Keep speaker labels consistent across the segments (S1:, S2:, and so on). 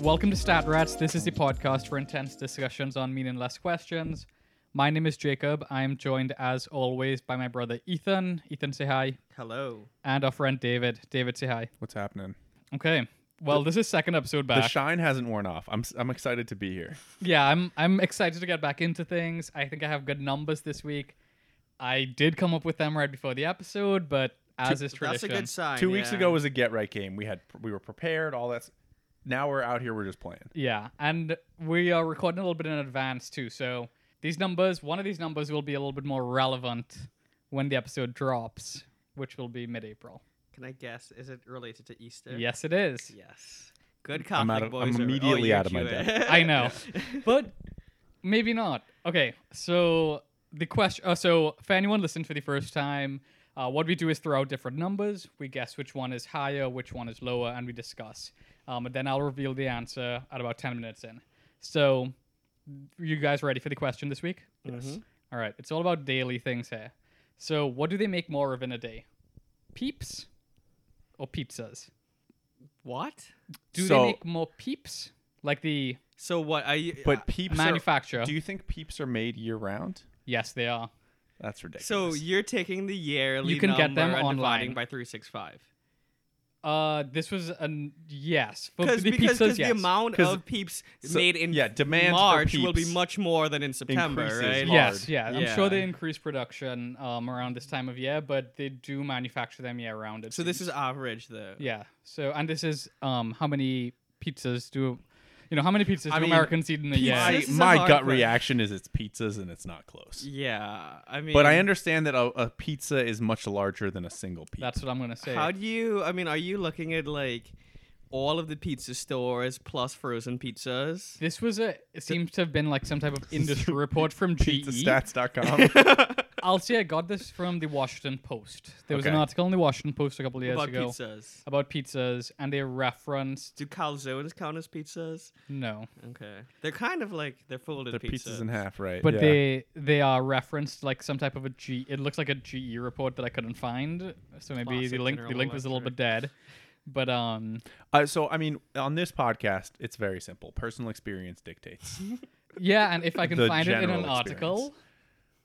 S1: Welcome to Stat Rats. This is the podcast for intense discussions on meaningless questions. My name is Jacob. I'm joined, as always, by my brother Ethan. Ethan, say hi.
S2: Hello.
S1: And our friend David. David, say hi.
S3: What's happening?
S1: Okay. Well, this is second episode
S3: The
S1: back.
S3: shine hasn't worn off. I'm s- I'm excited to be here.
S1: yeah, I'm I'm excited to get back into things. I think I have good numbers this week. I did come up with them right before the episode, but as is
S2: That's a
S1: tradition,
S2: good sign.
S3: Two weeks
S2: yeah.
S3: ago was a get right game. We had we were prepared. All that's now we're out here. We're just playing.
S1: Yeah, and we are recording a little bit in advance too. So these numbers, one of these numbers will be a little bit more relevant when the episode drops, which will be mid-April.
S2: Can I guess? Is it related to Easter?
S1: Yes, it is.
S2: Yes. Good Catholic
S3: I'm out of-
S2: boys.
S3: I'm
S2: are- oh,
S3: immediately
S2: you're
S3: out of my
S2: Jewish.
S1: I know, but maybe not. Okay, so the question. Uh, so for anyone listening for the first time, uh, what we do is throw out different numbers. We guess which one is higher, which one is lower, and we discuss. Um, and then I'll reveal the answer at about ten minutes in. So, you guys ready for the question this week?
S3: Mm-hmm.
S2: Mhm.
S1: All right, it's all about daily things here. So, what do they make more of in a day? Peeps or pizzas?
S2: What?
S1: Do
S3: So-
S1: they make more peeps? Like the
S2: So what? Are you, uh,
S3: But peeps. Are,
S1: manufacturer?
S3: do you think peeps are made year round?
S1: yes, they are.
S3: That's
S2: uh,
S3: ridiculous.
S2: so you're taking the yearly.
S1: You can get them
S2: number and
S1: online.
S2: dividing by three six five.
S1: Uh, this was an yes for
S2: Because
S1: the
S2: because
S1: pizzas.
S2: because
S1: Yes.
S2: the amount
S3: 'Cause-
S2: of peeps
S3: so-
S2: made in
S3: yeah, demand for
S2: March will be
S3: peeps
S2: much more than in September,
S3: increases
S2: right?
S3: hard.
S1: Yes, yeah, I'm sure
S2: Yeah.
S1: they increase production um around this time of year, but they do manufacture them year round. it
S2: So this
S1: seems.
S2: is average, though.
S1: yeah. So and this is um how many pizzas do, you know, how many pizzas
S3: I
S1: do
S3: mean,
S1: Americans eat in a
S2: pizza-
S1: year?
S3: my
S2: this is a
S3: my
S2: hard
S3: gut
S2: question.
S3: reaction is it's pizzas and it's not close.
S2: Yeah. I mean.
S3: But I understand that a, a pizza is much larger than a single pizza.
S1: That's what I'm gonna say.
S2: How do you? I mean, are you looking at like all of the pizza stores plus frozen pizzas?
S1: This was a it seems to have been like some type of industry report from GE.
S3: pizzastats.com.
S1: I'll say I got this from the Washington Post. There was an
S3: Okay.
S1: article in the Washington Post a couple of years
S2: about
S1: ago
S2: pizzas.
S1: about pizzas, and they referenced
S2: Do calzones count as pizzas?
S1: no,
S2: Okay, they're kind of like they're folded
S3: They're
S2: pizzas.
S3: pizzas in half, right?
S1: but
S3: yeah.
S1: they they are referenced like some type of a G. It looks like a GE report that I couldn't find, so maybe the
S2: Classic
S1: link the
S2: General
S1: link was a little bit
S2: Electric.
S1: dead. But um,
S3: Uh, so I mean, on this podcast, it's very simple. Personal experience dictates.
S1: yeah, and if I can
S3: The
S1: find it in an
S3: general
S1: article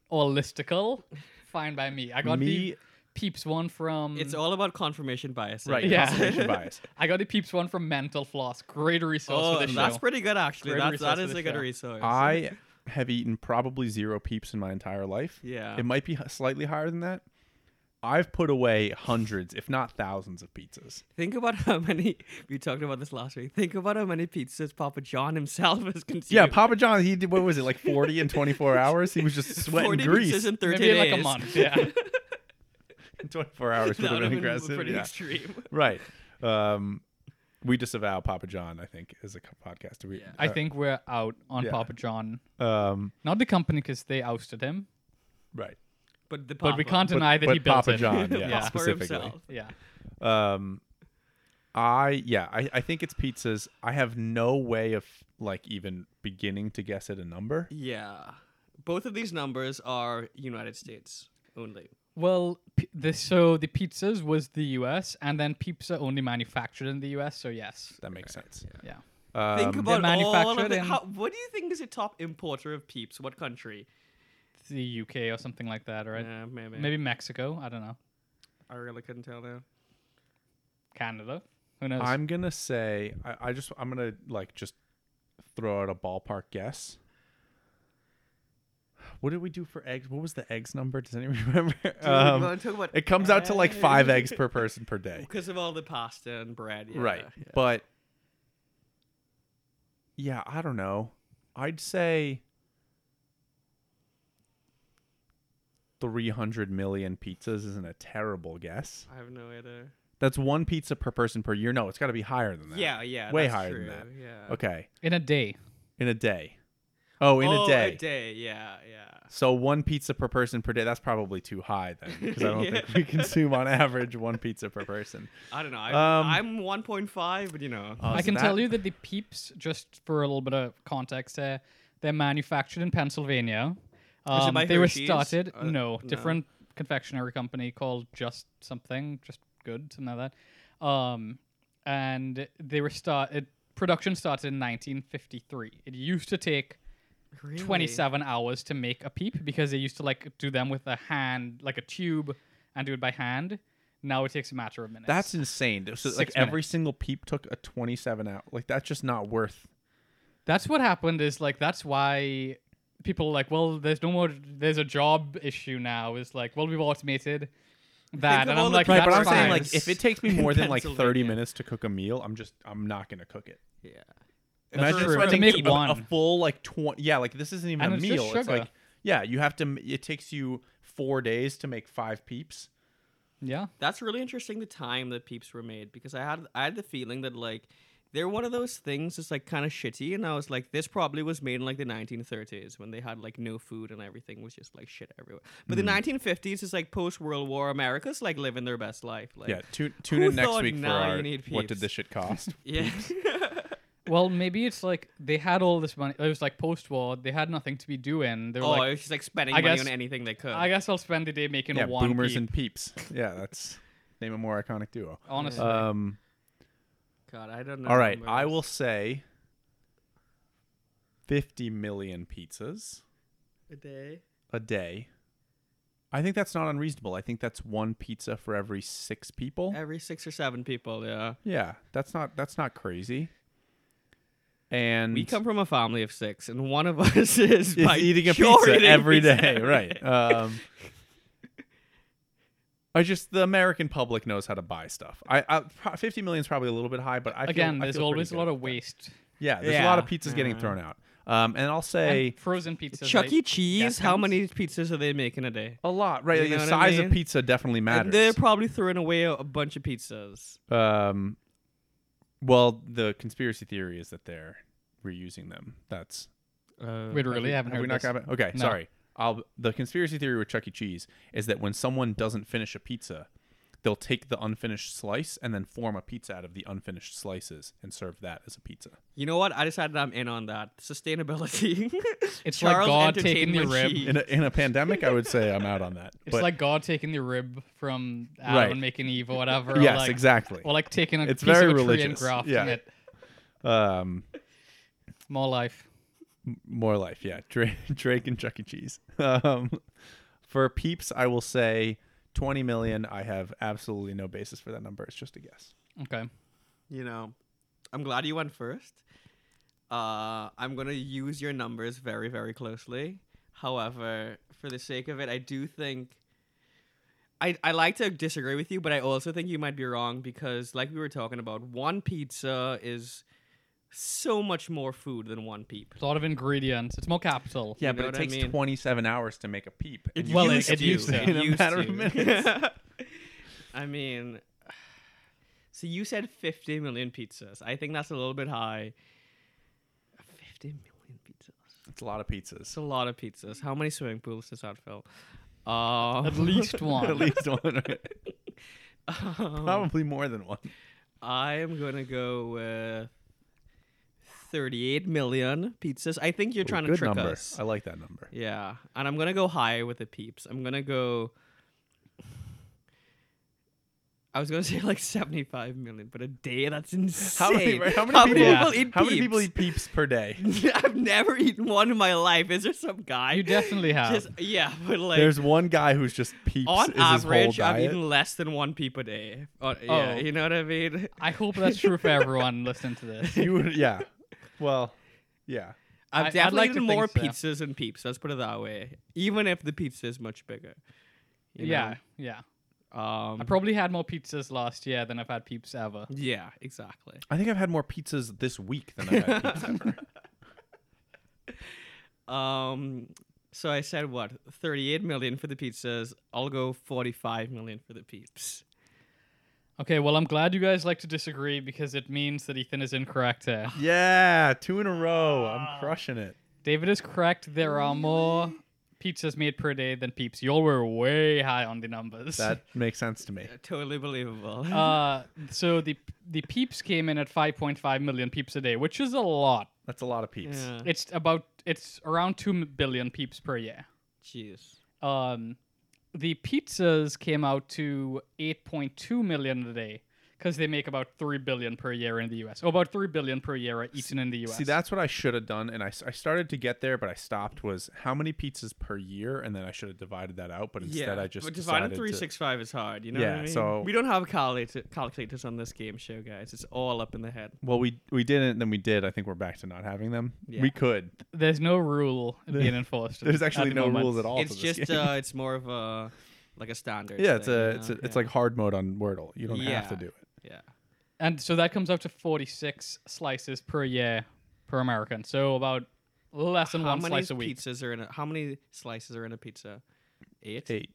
S1: or listicle, fine by me. I got
S3: Me-
S1: the peeps one from
S2: It's all about confirmation bias.
S3: Right.
S1: Yeah.
S3: Confirmation bias.
S1: I got a peeps one from Mental Floss. Great resource
S2: Oh,
S1: for this
S2: that's
S1: show.
S2: pretty good actually.
S1: Great
S2: That's, that
S1: resource for
S2: is
S1: the
S2: a good
S1: show.
S2: resource.
S3: I have eaten probably zero peeps in my entire life.
S2: Yeah.
S3: It might be h- slightly higher than that. I've put away hundreds, if not thousands, of pizzas.
S2: think about how many we talked about this last week. Think about how many pizzas Papa John himself has consumed.
S3: Yeah, Papa John, he did, what was it, like 40 in 24 hours? He was just sweating
S2: Forty
S3: grease.
S2: pizzas in thirteen
S1: Maybe in like a
S2: days.
S1: month. Yeah.
S3: In 24 hours would
S2: That
S3: have
S2: would
S3: been
S2: have been
S3: aggressive.
S2: pretty
S3: Yeah.
S2: extreme.
S3: Right. Um, we disavow Papa John, I think, as a co- podcast. We,
S1: I
S3: uh,
S1: think we're out on
S3: Yeah.
S1: Papa John.
S3: Um,
S1: Not the company because they ousted him,
S3: right.
S2: But the
S1: but
S2: Papa.
S1: we can't
S3: But-
S1: deny that
S3: but
S1: he built
S3: Papa
S1: it.
S3: John, yeah,
S1: yeah.
S2: For
S3: specifically.
S2: himself.
S1: Yeah.
S3: Um, I yeah, I, I think it's pizzas. I have no way of like even beginning to guess at a number.
S2: Yeah. Both of these numbers are United States only.
S1: Well, p- the, so the pizzas was the U.S. and then pizza only manufactured in the U.S. So yes.
S3: That makes sense.
S1: Yeah.
S3: Um,
S2: Think about all
S1: manufactured
S2: of it.
S1: in-
S2: How, what do you think is a top importer of peeps? What country?
S1: The U.K. or something like that, right?
S2: Yeah, maybe.
S1: Maybe Mexico. I don't know.
S2: I really couldn't tell
S3: Um,
S2: now.
S1: Canada. Who knows?
S3: I'm gonna say I, I just I'm gonna like just throw out a ballpark guess. What did we do for eggs? What was the eggs number? Does anyone remember? Um, it comes out to like five eggs per person per day,
S2: because of all the pasta and bread. yeah.
S3: right? But yeah, I don't know. I'd say three hundred million pizzas isn't a terrible guess.
S2: I have no idea.
S3: That's one pizza per person per year. No, it's got to be higher than that.
S2: Yeah, yeah.
S3: way
S2: that's
S3: higher
S2: true.
S3: than that.
S2: Yeah.
S3: Okay.
S1: in a day.
S3: In a day. Oh, in
S2: Oh,
S3: a day.
S2: A day. Yeah, yeah.
S3: So one pizza per person per day. That's probably too high then, because I don't think we consume on average one pizza per person.
S2: I don't know. I,
S3: Um,
S2: I'm 1.5, but you know.
S3: Uh,
S1: I
S3: so
S1: can
S3: that-
S1: tell you that the peeps, just for a little bit of context, there, they're manufactured in Pennsylvania. Um,
S2: by
S1: they were
S2: Hershey's?
S1: started
S2: Uh,
S1: no
S2: no.
S1: different confectionery company called Just Something, Just Good, something like that. Um, and they were started production started in 1953. It used to take
S2: Really?
S1: 27 hours to make a peep because they used to like do them with a hand, like a tube, and do it by hand. Now it takes a matter of minutes.
S3: That's insane. So like
S1: Six
S3: every
S1: minutes.
S3: single peep took a 27 out. Like that's just not worth.
S1: that's what happened. Is like that's why people are like, well, there's no more. There's a job issue now. Is like, well, we've automated that,
S2: of
S1: and
S2: all
S1: I'm
S2: the
S1: like,
S2: people
S1: that's
S3: Right, but I'm
S1: fine.
S3: saying like if it takes me more than like 30
S2: Pennsylvania.
S3: minutes to cook a meal, I'm just I'm not gonna cook it.
S2: Yeah.
S1: That's
S3: Imagine
S1: true.
S3: if I
S1: To
S3: take
S1: make
S3: a- a,
S1: one.
S3: full like 20. Yeah, like this isn't even
S1: And
S3: a
S1: it's just
S3: meal. It's
S1: sugar.
S3: like yeah, you have to. It takes you four days to make five peeps.
S1: yeah,
S2: That's really interesting. The time that Peeps were made because I had I had the feeling that like they're one of those things that's like kind of shitty, and I was like, this probably was made in like the 1930s when they had like no food and everything was just like shit everywhere. But
S3: Hmm.
S2: the 1950s is like post World War America's like living their best life. Like,
S3: yeah, tune tune
S2: who
S3: in next
S2: thought
S3: week for
S2: now you
S3: our,
S2: need
S3: what did
S2: peeps?
S3: this shit cost?
S2: yeah.
S1: Well, maybe it's like they had all this money. It was like post-war. They had nothing to be doing. They were
S2: oh,
S1: like,
S2: it was just like spending
S1: I
S2: money
S1: guess-
S2: on anything they could.
S1: I guess I'll spend the day making
S3: yeah,
S1: one
S3: boomers
S1: peep,
S3: and peeps. Yeah, that's name a more iconic duo.
S1: honestly.
S3: Um,
S2: God, I don't know.
S3: all right,
S2: about
S3: I
S2: movies.
S3: will say 50 million pizzas
S2: a day.
S3: a day. I think that's not unreasonable. I think that's one pizza for every six people.
S2: Every six or seven people, yeah.
S3: Yeah, that's not that's not crazy. And
S2: We come from a family of six, and one of us is,
S3: is
S2: by
S3: eating a
S2: sure
S3: pizza
S2: eating
S3: every
S2: pizza
S3: day,
S2: every
S3: right?
S2: day.
S3: Um, I just the American public knows how to buy stuff. I, I pro- fifty million is probably a little bit high, but I feel-
S1: Again,
S3: I
S1: there's
S3: feel pretty
S1: always a
S3: good
S1: lot of
S3: about that.
S1: waste.
S3: Yeah, there's a lot of
S2: Yeah.
S3: pizzas getting
S2: Yeah.
S3: thrown out. Um, and I'll
S1: And
S3: say
S1: frozen pizzas.
S2: Chuck E.
S1: right?
S2: Cheese,
S1: gas
S2: how
S1: pumps?
S2: many pizzas are they making a day?
S3: a lot, right?
S2: You
S3: like,
S2: know
S3: the
S2: what I
S3: size
S2: mean?
S3: of pizza definitely
S2: And they're
S3: matters.
S2: probably throwing away a, a bunch of pizzas.
S3: um, well, the conspiracy theory is that they're reusing them. That's
S2: Uh,
S1: We really haven't
S3: Have
S1: heard
S3: we not
S1: this.
S3: got it? Okay,
S1: No.
S3: sorry. I'll, the conspiracy theory with Chuck E. Cheese is that when someone doesn't finish a pizza, they'll take the unfinished slice and then form a pizza out of the unfinished slices and serve that as a pizza.
S2: you know what? I decided I'm in on that. Sustainability.
S1: It's like
S2: Charles
S1: God taking the
S2: Entertainment
S1: rib.
S2: Cheese.
S3: In a, in a pandemic, I would say I'm out on that.
S1: It's
S3: but
S1: like God taking the rib from Adam
S3: Right.
S1: and making Eve or whatever. or
S3: yes,
S1: like,
S3: exactly.
S1: Or like taking a
S3: It's
S1: piece
S3: very
S1: of a tree and
S3: religious,
S1: grafting
S3: yeah.
S1: it.
S3: Um,
S1: More life.
S3: more life, yeah. Drake, Drake and Chuck E. Cheese. Um, for peeps, I will say 20 million. I have absolutely no basis for that number. It's just a guess.
S1: Okay.
S2: you know, I'm glad you went first. Uh, I'm gonna use your numbers very, very closely. However, for the sake of it, I do think I I like to disagree with you, but I also think you might be wrong because, like we were talking about, one pizza is so much more food than one peep.
S1: A lot of ingredients. It's more capital.
S3: Yeah,
S2: You
S3: but
S2: know
S3: it
S2: what I
S3: takes
S2: mean?
S3: 27 hours to make a peep. and you
S1: Well,
S3: can
S1: it-
S3: make a
S1: it used
S3: peep
S1: to.
S3: in a
S2: Used
S3: matter
S2: to.
S3: of minutes.
S2: I mean, so you said 50 million pizzas. I think that's a little bit high. 50 million pizzas.
S3: It's a lot of pizzas.
S2: It's a lot of pizzas. How many swimming pools does that fill? Um,
S1: At least one.
S3: At least one. right?
S2: um,
S3: Probably more than one.
S2: I am gonna go with 38 million pizzas. I think you're trying
S3: Ooh,
S2: to
S3: good
S2: trick
S3: number.
S2: us.
S3: I like that number.
S2: Yeah, and I'm gonna go high with the peeps. I'm gonna go. I was gonna say like 75 million, but a day that's insane.
S3: How many, how many people,
S1: Yeah.
S2: people eat
S3: how many people
S2: peeps?
S3: eat peeps per day?
S2: I've never eaten one in my life. Is there some guy?
S1: You definitely have.
S2: Just yeah, but like
S3: There's one guy who's just peeps
S2: on
S3: is his whole
S2: average, I've
S3: diet.
S2: eaten less than one peep a day. Uh,
S1: Oh.
S2: yeah, you know what I mean.
S1: I hope that's true for everyone listening to this.
S3: You would, yeah. Well, yeah.
S1: I-
S2: I've
S1: I'd
S2: definitely
S1: like to
S2: eaten
S1: think
S2: more
S1: so.
S2: pizzas than peeps. Let's put it that way. Even if the pizza is much bigger. you
S1: yeah, yeah.
S2: know? Um.
S1: I probably had more pizzas last year than I've had peeps ever.
S2: yeah. Exactly.
S3: I think I've had more pizzas this week than I've had peeps ever.
S2: Um. So I said what? Thirty-eight million for the pizzas. I'll go forty-five million for the peeps.
S1: Okay, well, I'm glad you guys like to disagree because it means that Ethan is incorrect here.
S3: Yeah, two in a row. I'm crushing it.
S1: David is correct. There are more pizzas made per day than peeps. Y'all were way high on the numbers.
S3: That makes sense to me.
S2: Totally believable.
S1: uh, so the the peeps came in at 5.5 million peeps a day, which is a lot.
S3: That's a lot of peeps.
S2: yeah.
S1: It's about it's around two billion peeps per year.
S2: Jeez.
S1: Um, the pizzas came out to 8.2 million a day, because they make about three billion per year in the U.S. Or about three billion per year are eaten in the U.S.
S3: See, that's what I should have done, and I, s- I started to get there, but I stopped. Was how many pizzas per year, and then I should have divided that out. But instead,
S2: yeah,
S3: I just
S2: but
S3: decided
S2: dividing three
S3: to-
S2: six five is hard. You know what
S3: Yeah,
S2: I mean?
S3: so-
S2: we don't have calculator- calculators on this game show, guys. It's all up in the head.
S3: Well, we we didn't, then we did. I think we're back to not having them.
S2: Yeah.
S3: We could.
S1: There's no rule being enforced.
S3: There's actually
S1: the
S3: no
S1: moment.
S3: rules at all.
S2: it's
S3: to this
S2: just
S3: game.
S2: uh, it's more of a like a standard.
S3: yeah, it's
S2: thing,
S3: a
S2: you
S3: it's a,
S2: know?
S3: it's
S2: Yeah.
S3: like hard mode on Wordle. You don't have to
S2: Yeah.
S3: do it.
S2: yeah.
S1: And so that comes up to 46 slices per year per American. So about less than
S2: how
S1: one
S2: many
S1: slice a week.
S2: pizzas are in a, how many slices are in a pizza? Eight.
S3: Eight.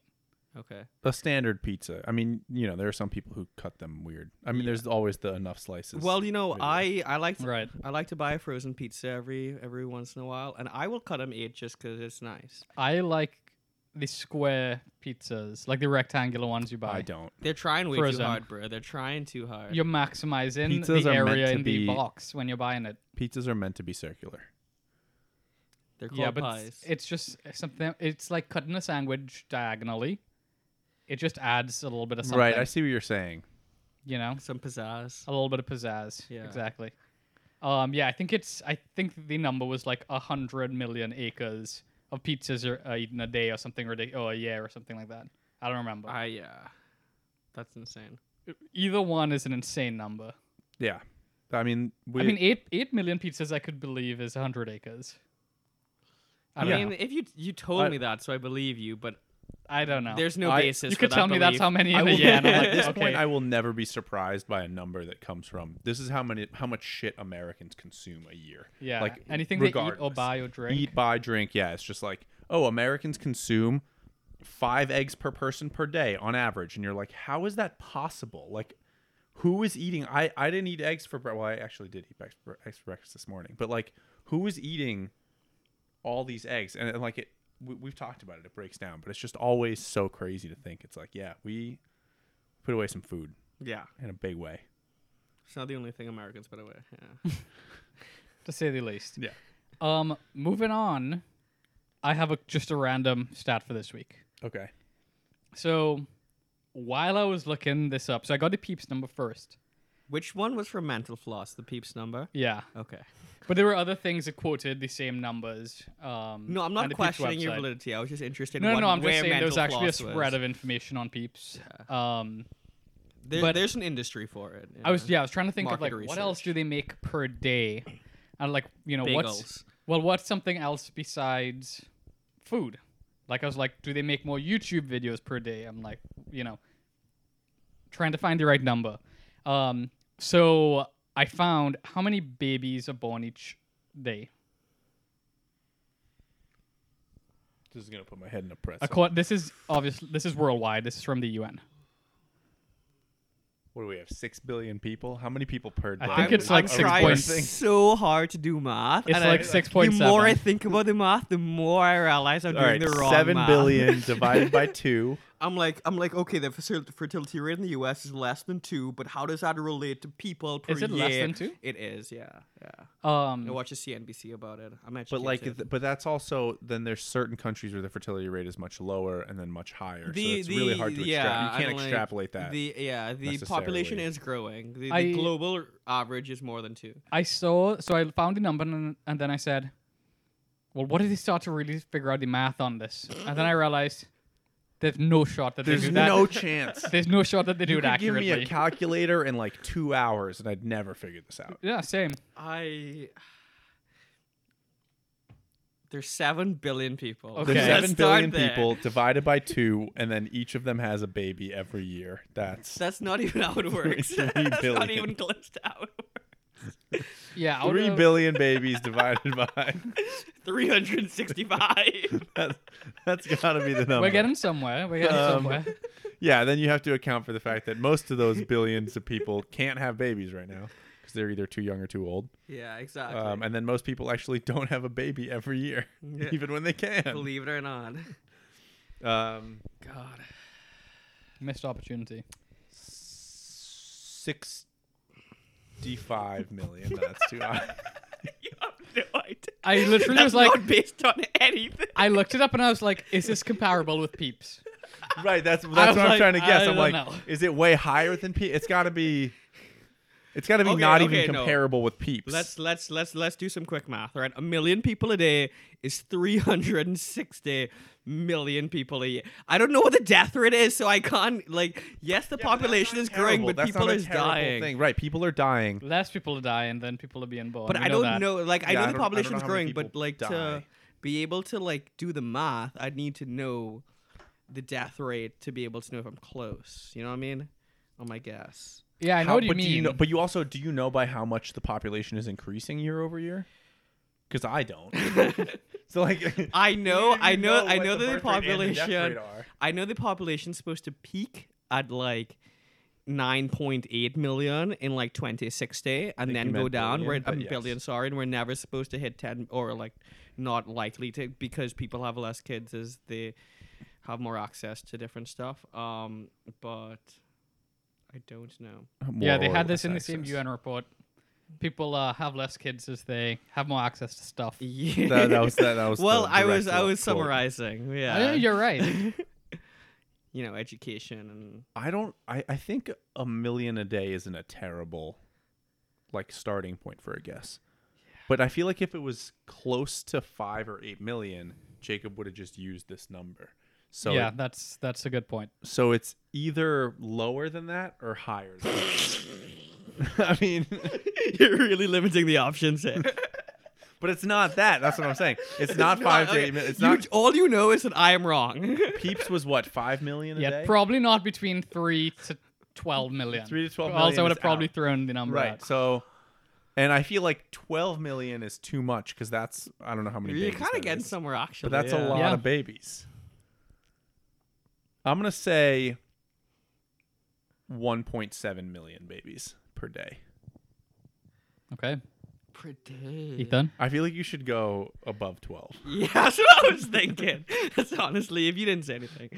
S2: Okay.
S3: A standard pizza. I mean, you know, there are some people who cut them weird. I mean, there's always the enough slices.
S2: Well, you know, I
S3: really-
S2: I like to,
S1: Right.
S2: I like to buy a frozen pizza every every once in a while, and I will cut them eight just because it's nice.
S1: I like the square pizzas, like the rectangular ones you buy.
S3: I don't.
S2: They're trying way
S1: Frozen.
S2: too hard, bro. They're trying too hard.
S1: You're maximizing
S3: Pizzas
S1: the
S3: are meant
S1: area
S3: to
S1: in the
S3: be-
S1: box when you're buying it.
S3: Pizzas are meant to be circular.
S2: They're called
S1: Yeah, but
S2: pies.
S1: it's- it's just something. It's like cutting a sandwich diagonally. It just adds a little bit of something.
S3: Right. I see what you're saying.
S1: you know,
S2: Some pizzazz.
S1: a little bit of pizzazz.
S2: Yeah.
S1: Exactly. Um, yeah, I think it's. I think the number was like a hundred million acres of pizzas are uh, eaten a day or something ridiculous, or a year or something like that. I don't remember.
S2: I yeah, that's insane.
S1: Either one is an insane number.
S3: Yeah. I mean, we,
S1: I mean, eight eight million pizzas I could believe is a hundred acres. I
S2: I
S1: don't
S2: mean,
S1: know.
S2: if you you told
S3: I-
S2: me that, so I believe you. But
S1: I don't know.
S2: there's no
S3: I-
S2: basis.
S1: you
S2: for
S1: could
S2: that
S1: tell me that's
S2: belief.
S1: how many
S2: I
S1: in a
S2: will-
S1: year, and I'm like,
S3: at this
S1: okay.
S3: point, I will never be surprised by a number that comes from. This is how many, how much shit Americans consume a year.
S1: Yeah,
S3: like
S1: anything oh, they eat or
S3: regardless.
S1: buy or drink.
S3: Eat, buy, drink. Yeah, it's just like, oh, Americans consume five eggs per person per day on average, and you're like, how is that possible? Like, who is eating? I I didn't eat eggs for breakfast. Well, I actually did eat eggs for, eggs for breakfast this morning, but like, who is eating all these eggs? And, and like it. We, we've talked about it. It breaks down, but it's just always so crazy to think. It's like, yeah, we put away some food
S2: Yeah,
S3: in a big way.
S2: it's not the only thing Americans put away. Yeah.
S1: to say the least.
S3: Yeah.
S1: Um, moving on, I have a just a random stat for this week.
S3: Okay.
S1: So, while I was looking this up, so I got the peeps number first.
S2: Which one was from Mental Floss? The Peeps number.
S1: Yeah,
S2: Okay.
S1: but there were other things that quoted the same numbers. Um,
S2: No, I'm
S1: on
S2: not
S1: the Peeps
S2: questioning your
S1: website.
S2: validity. I was just interested.
S1: No,
S2: in
S1: no,
S2: what,
S1: no, I'm just
S2: where
S1: saying there was
S2: Mental
S1: actually a
S2: Floss
S1: spread
S2: was.
S1: of information on peeps. Um,
S2: There,
S1: but-
S2: there's an industry for it. you
S1: I was
S2: know.
S1: yeah, I was trying to think of like
S2: Market
S1: what else do they make per day, and like you know what's
S2: Bagels.
S1: well what's something else besides food? Like I was like, do they make more YouTube videos per day? I'm like, you know, trying to find the right number. Um, so I found how many babies are born each day.
S3: This is gonna put my head in a pretzel.
S1: Acor- this is obviously this is worldwide. This is from the UN.
S3: What do we have? Six billion people. How many people per day?
S1: I think
S2: I'm-
S1: it's like
S2: I'm
S1: six
S2: trying
S1: point-
S2: so hard to do math.
S1: It's
S2: and
S1: like
S2: I-
S1: six
S2: The
S1: point
S2: more I
S1: seven.
S2: think about the math, the more I realize I'm
S3: All
S2: doing
S3: right,
S2: the wrong
S3: seven
S2: math.
S3: billion divided by two.
S2: I'm like, I'm like, okay, the fertil- fertility rate in the U.S. is less than two, but how does that relate to people per
S1: Is it
S2: year?
S1: less than two?
S2: It is, yeah, yeah. I
S1: Um,
S2: watched a CNBC about it. I'm actually,
S3: But like, th- but that's also then there's certain countries where the fertility rate is much lower and then much higher. so it's really hard to
S2: yeah,
S3: extrapolate. You
S2: and,
S3: can't
S2: like,
S3: extrapolate that.
S2: The yeah, the population
S3: necessarily.
S2: is growing. The, the
S1: I-
S2: global average is more than two.
S1: I saw, so I found the number and, and then I said, well, what if they start to really figure out the math on this? And then I realized there's no shot that they
S3: there's
S1: do that.
S3: no chance.
S1: there's no shot that they do
S3: you
S1: it
S3: could give
S1: accurately.
S3: me a calculator in like two hours, and I'd never figure this out.
S1: yeah, same.
S2: I. There's seven billion people.
S1: Okay.
S3: There's
S1: Let's
S3: seven
S2: Let's
S3: billion
S2: start there.
S3: people divided by two, and then each of them has a baby every year. That's
S2: That's not even how it works.
S3: Three
S2: That's
S3: billion.
S2: not even close to how it works.
S1: Yeah, out
S3: three
S1: of-
S3: billion babies divided by.
S2: 365.
S3: That's, that's got to be the number.
S1: We're getting somewhere. We're getting
S3: Um,
S1: somewhere.
S3: Yeah, then you have to account for the fact that most of those billions of people can't have babies right now because they're either too young or too old.
S2: yeah, exactly.
S3: Um, and then most people actually don't have a baby every year,
S2: Yeah.
S3: even when they can.
S2: Believe it or not.
S3: Um,
S2: God.
S1: Missed opportunity.
S3: 65 million. That's too high.
S2: You have no idea.
S1: I literally was
S2: That's
S1: like,
S2: not based on anything.
S1: I looked it up and I was like, is this comparable with peeps?
S3: right. That's that's what
S1: was
S3: I'm
S1: like,
S3: trying to
S1: I
S3: guess. I'm
S1: don't
S3: like,
S1: know.
S3: is it way higher than Pete? It's got to be. It's got to be
S2: Okay,
S3: not
S2: okay,
S3: even
S2: no.
S3: comparable with Peeps.
S2: Let's let's let's let's do some quick math, all right? A million people a day is 360 million people a year. I don't know what the death rate is, so I can't like yes, the population is growing, but people
S3: are
S2: is dying.
S3: Right, people are dying.
S1: Less people are dying than people are being born.
S2: But
S1: We
S2: I don't
S1: that.
S2: know like I
S3: Yeah, I
S2: know the
S3: don't- I don't
S2: population
S3: know
S2: is
S3: how many
S2: growing, but
S3: people
S2: like to
S3: die.
S2: be able to like do the math, I'd need to know the death rate to be able to know if I'm close. You know what I mean? On my guess.
S1: Yeah, I know
S3: How-
S1: what you
S3: but
S1: mean.
S3: Do you know, but you also do you know by how much the population is increasing year over year? Because I don't. so like,
S2: I know,
S3: neither
S2: I
S3: you
S2: know, I
S3: what
S2: know
S3: the
S2: that the
S3: birth rate and the death
S2: population.
S3: rate are.
S2: I know the population's supposed to peak at like 9.8 million in like 2060 and
S3: think
S2: then
S3: you
S2: go
S3: meant
S2: down.
S3: billion,
S2: we're a
S3: but yes.
S2: billion, sorry, and we're never supposed to hit 10 or like not likely to because people have less kids as they have more access to different stuff. Um, but I don't know.
S1: yeah,
S3: More
S1: they
S3: or
S1: had this
S3: less
S1: in the same
S3: access.
S1: UN report. People uh, have less kids as they have more access to stuff.
S2: Yeah.
S3: That, that was that, that was.
S2: well,
S3: the
S2: I was
S3: direct
S2: I
S3: quote.
S2: was summarizing. Yeah.
S1: Oh, Yeah, you're right.
S2: you know, education and
S3: I don't. I I think a million a day isn't a terrible, like starting point for a guess. But I feel like if it was close to five or eight million, Jacob would have just used this number. So
S1: yeah, that's that's a good point.
S3: So it's either lower than that or higher. Than that. I mean,
S2: you're really limiting the options here.
S3: but it's not that. That's what I'm saying. It's not five to
S2: okay.
S3: eight. mi- It's
S2: You-
S3: not.
S2: all you know is that I am wrong.
S3: Peeps was what five million a
S1: Yeah,
S3: day.
S1: probably not between three to twelve million.
S3: Three to 12
S1: Else
S3: million
S1: I would
S3: is
S1: have probably
S3: out.
S1: thrown the number
S3: right.
S1: out.
S3: So, and I feel like 12 million is too much because that's I don't know how many.
S2: You're
S3: babies
S2: kind
S3: that
S2: of getting
S3: is.
S2: somewhere, actually.
S3: But that's
S2: yeah.
S3: a lot
S1: Yeah.
S3: of babies. I'm gonna say 1.7 million babies per day.
S1: Okay,
S2: Pretty.
S1: Ethan.
S3: I feel like you should go above 12.
S2: Yeah, that's what I was thinking. That's honestly, if you didn't say anything,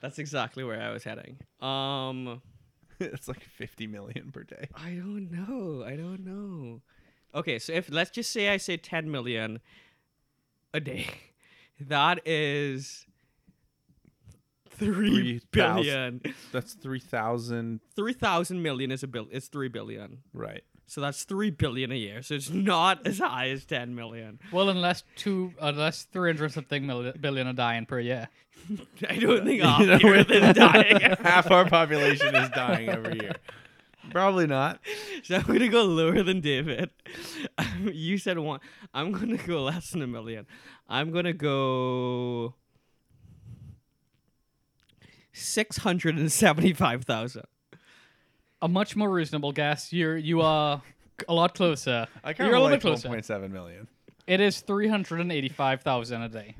S2: that's exactly where I was heading. Um,
S3: it's like 50 million per day.
S2: I don't know. I don't know. Okay, so if let's just say I say 10 million a day, that is
S3: Three
S2: three billion.
S3: thousand. That's 3,000.
S2: Three thousand million is a bill. It's three billion.
S3: Right.
S2: So that's three billion a year. So it's not as high as ten million.
S1: Well, unless two, unless three hundred something mil- billion are dying per year.
S2: I don't think
S3: You
S2: half
S3: know,
S2: Earth
S3: we're-
S2: is dying.
S3: Half our population is dying every year. Probably not.
S2: so I'm gonna go lower than David. you said one. I'm gonna go less than a million. I'm gonna go six hundred and seventy-five thousand.
S1: A much more reasonable guess. You're you are a lot closer.
S3: I
S1: You're
S3: kind
S1: a
S3: of
S1: little bit
S3: like
S1: closer.
S3: 1.7 million.
S1: It is three hundred and eighty-five thousand a day.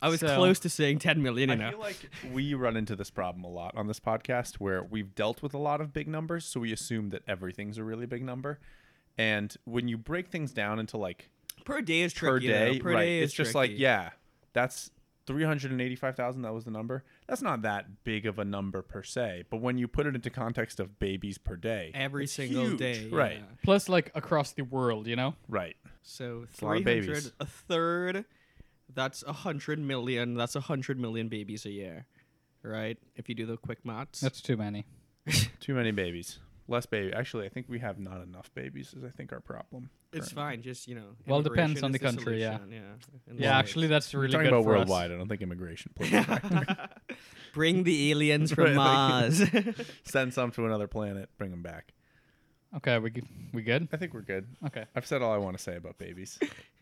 S2: I was
S1: So-
S2: close to saying ten million. You
S3: I
S2: know.
S3: feel like we run into this problem a lot on this podcast where we've dealt with a lot of big numbers, so we assume that everything's a really big number. And when you break things down into like
S2: per day is
S3: per
S2: tricky.
S3: day,
S2: though. Per
S3: right,
S2: day is
S3: it's just like,
S2: tricky.
S3: yeah, that's 385,000 that was the number. That's not that big of a number per se, but when you put it into context of babies per day,
S2: Every
S3: it's
S2: single
S3: huge,
S2: day.
S3: Right.
S2: yeah.
S1: Plus, like across the world, you know.
S3: Right.
S2: So
S3: a lot
S2: three
S3: of
S2: hundred,
S3: babies.
S2: a third. That's a hundred million. That's a hundred million babies a year, right? If you do the quick maths.
S1: That's too many.
S3: Too many babies. Less baby. Actually, I think we have not enough babies is I think our problem.
S2: it's
S3: currently.
S2: fine. Just you know.
S1: Well, depends
S2: immigration
S1: on
S2: is
S1: the country, yeah.
S2: solution, yeah. in
S1: Yeah,
S2: laws.
S1: actually, that's really
S3: Talking
S1: good
S3: about
S1: for us.
S3: worldwide, I don't think immigration plays
S2: Bring the aliens from
S3: Right, like-
S2: Mars.
S3: Send some to another planet, bring them back.
S1: Okay, we g- we good?
S3: I think we're good.
S1: Okay.
S3: I've said all I want to say about babies.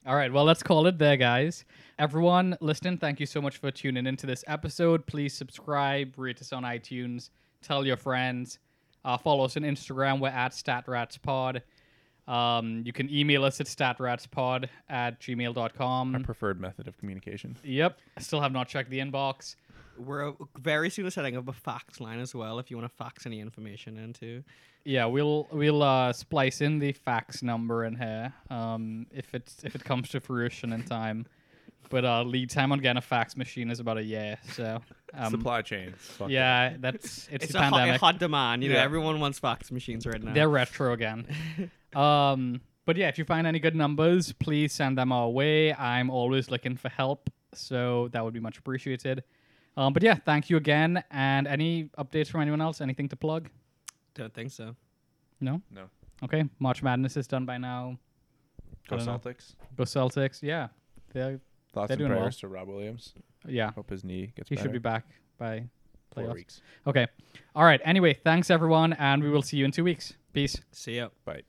S1: All right, well, let's call it there, guys. Everyone listening, thank you so much for tuning into this episode. Please subscribe, rate us on iTunes, tell your friends, uh, follow us on Instagram. We're at StatRatsPod. Um, you can email us at statratspod at gmail.com.
S3: Our preferred method of communication.
S1: yep, I still have not checked the inbox.
S2: We're very soon setting up a fax line as well. If you want to fax any information into.
S1: Yeah, we'll we'll uh, splice in the fax number in here um, if it's if it comes to fruition in time. But uh, lead time on getting a fax machine is about a year, so um,
S3: Supply chain. Fuck
S1: Yeah, that's it's,
S2: It's
S1: the
S2: a hot, a
S1: pandemic.
S2: hot demand. You know,
S3: Yeah.
S2: everyone wants fax machines right now.
S1: They're retro again. um, but yeah, if you find any good numbers, please send them our way. I'm always looking for help, so that would be much appreciated. Um, but yeah, thank you again. And any updates from anyone else? Anything to plug?
S2: Don't think so.
S1: No.
S3: No.
S1: Okay. March Madness is done by now.
S3: Go
S1: I don't know.
S3: Celtics.
S1: Go Celtics. Yeah. They
S3: Thoughts
S1: They're
S3: and
S1: doing well.
S3: prayers to Rob Williams.
S1: yeah.
S3: Hope his knee gets
S1: He
S3: better.
S1: should be back by
S3: Four
S1: playoffs.
S3: weeks.
S1: Okay. All right. Anyway, thanks everyone, and we will see you in two weeks. Peace.
S2: See ya.
S3: Bye.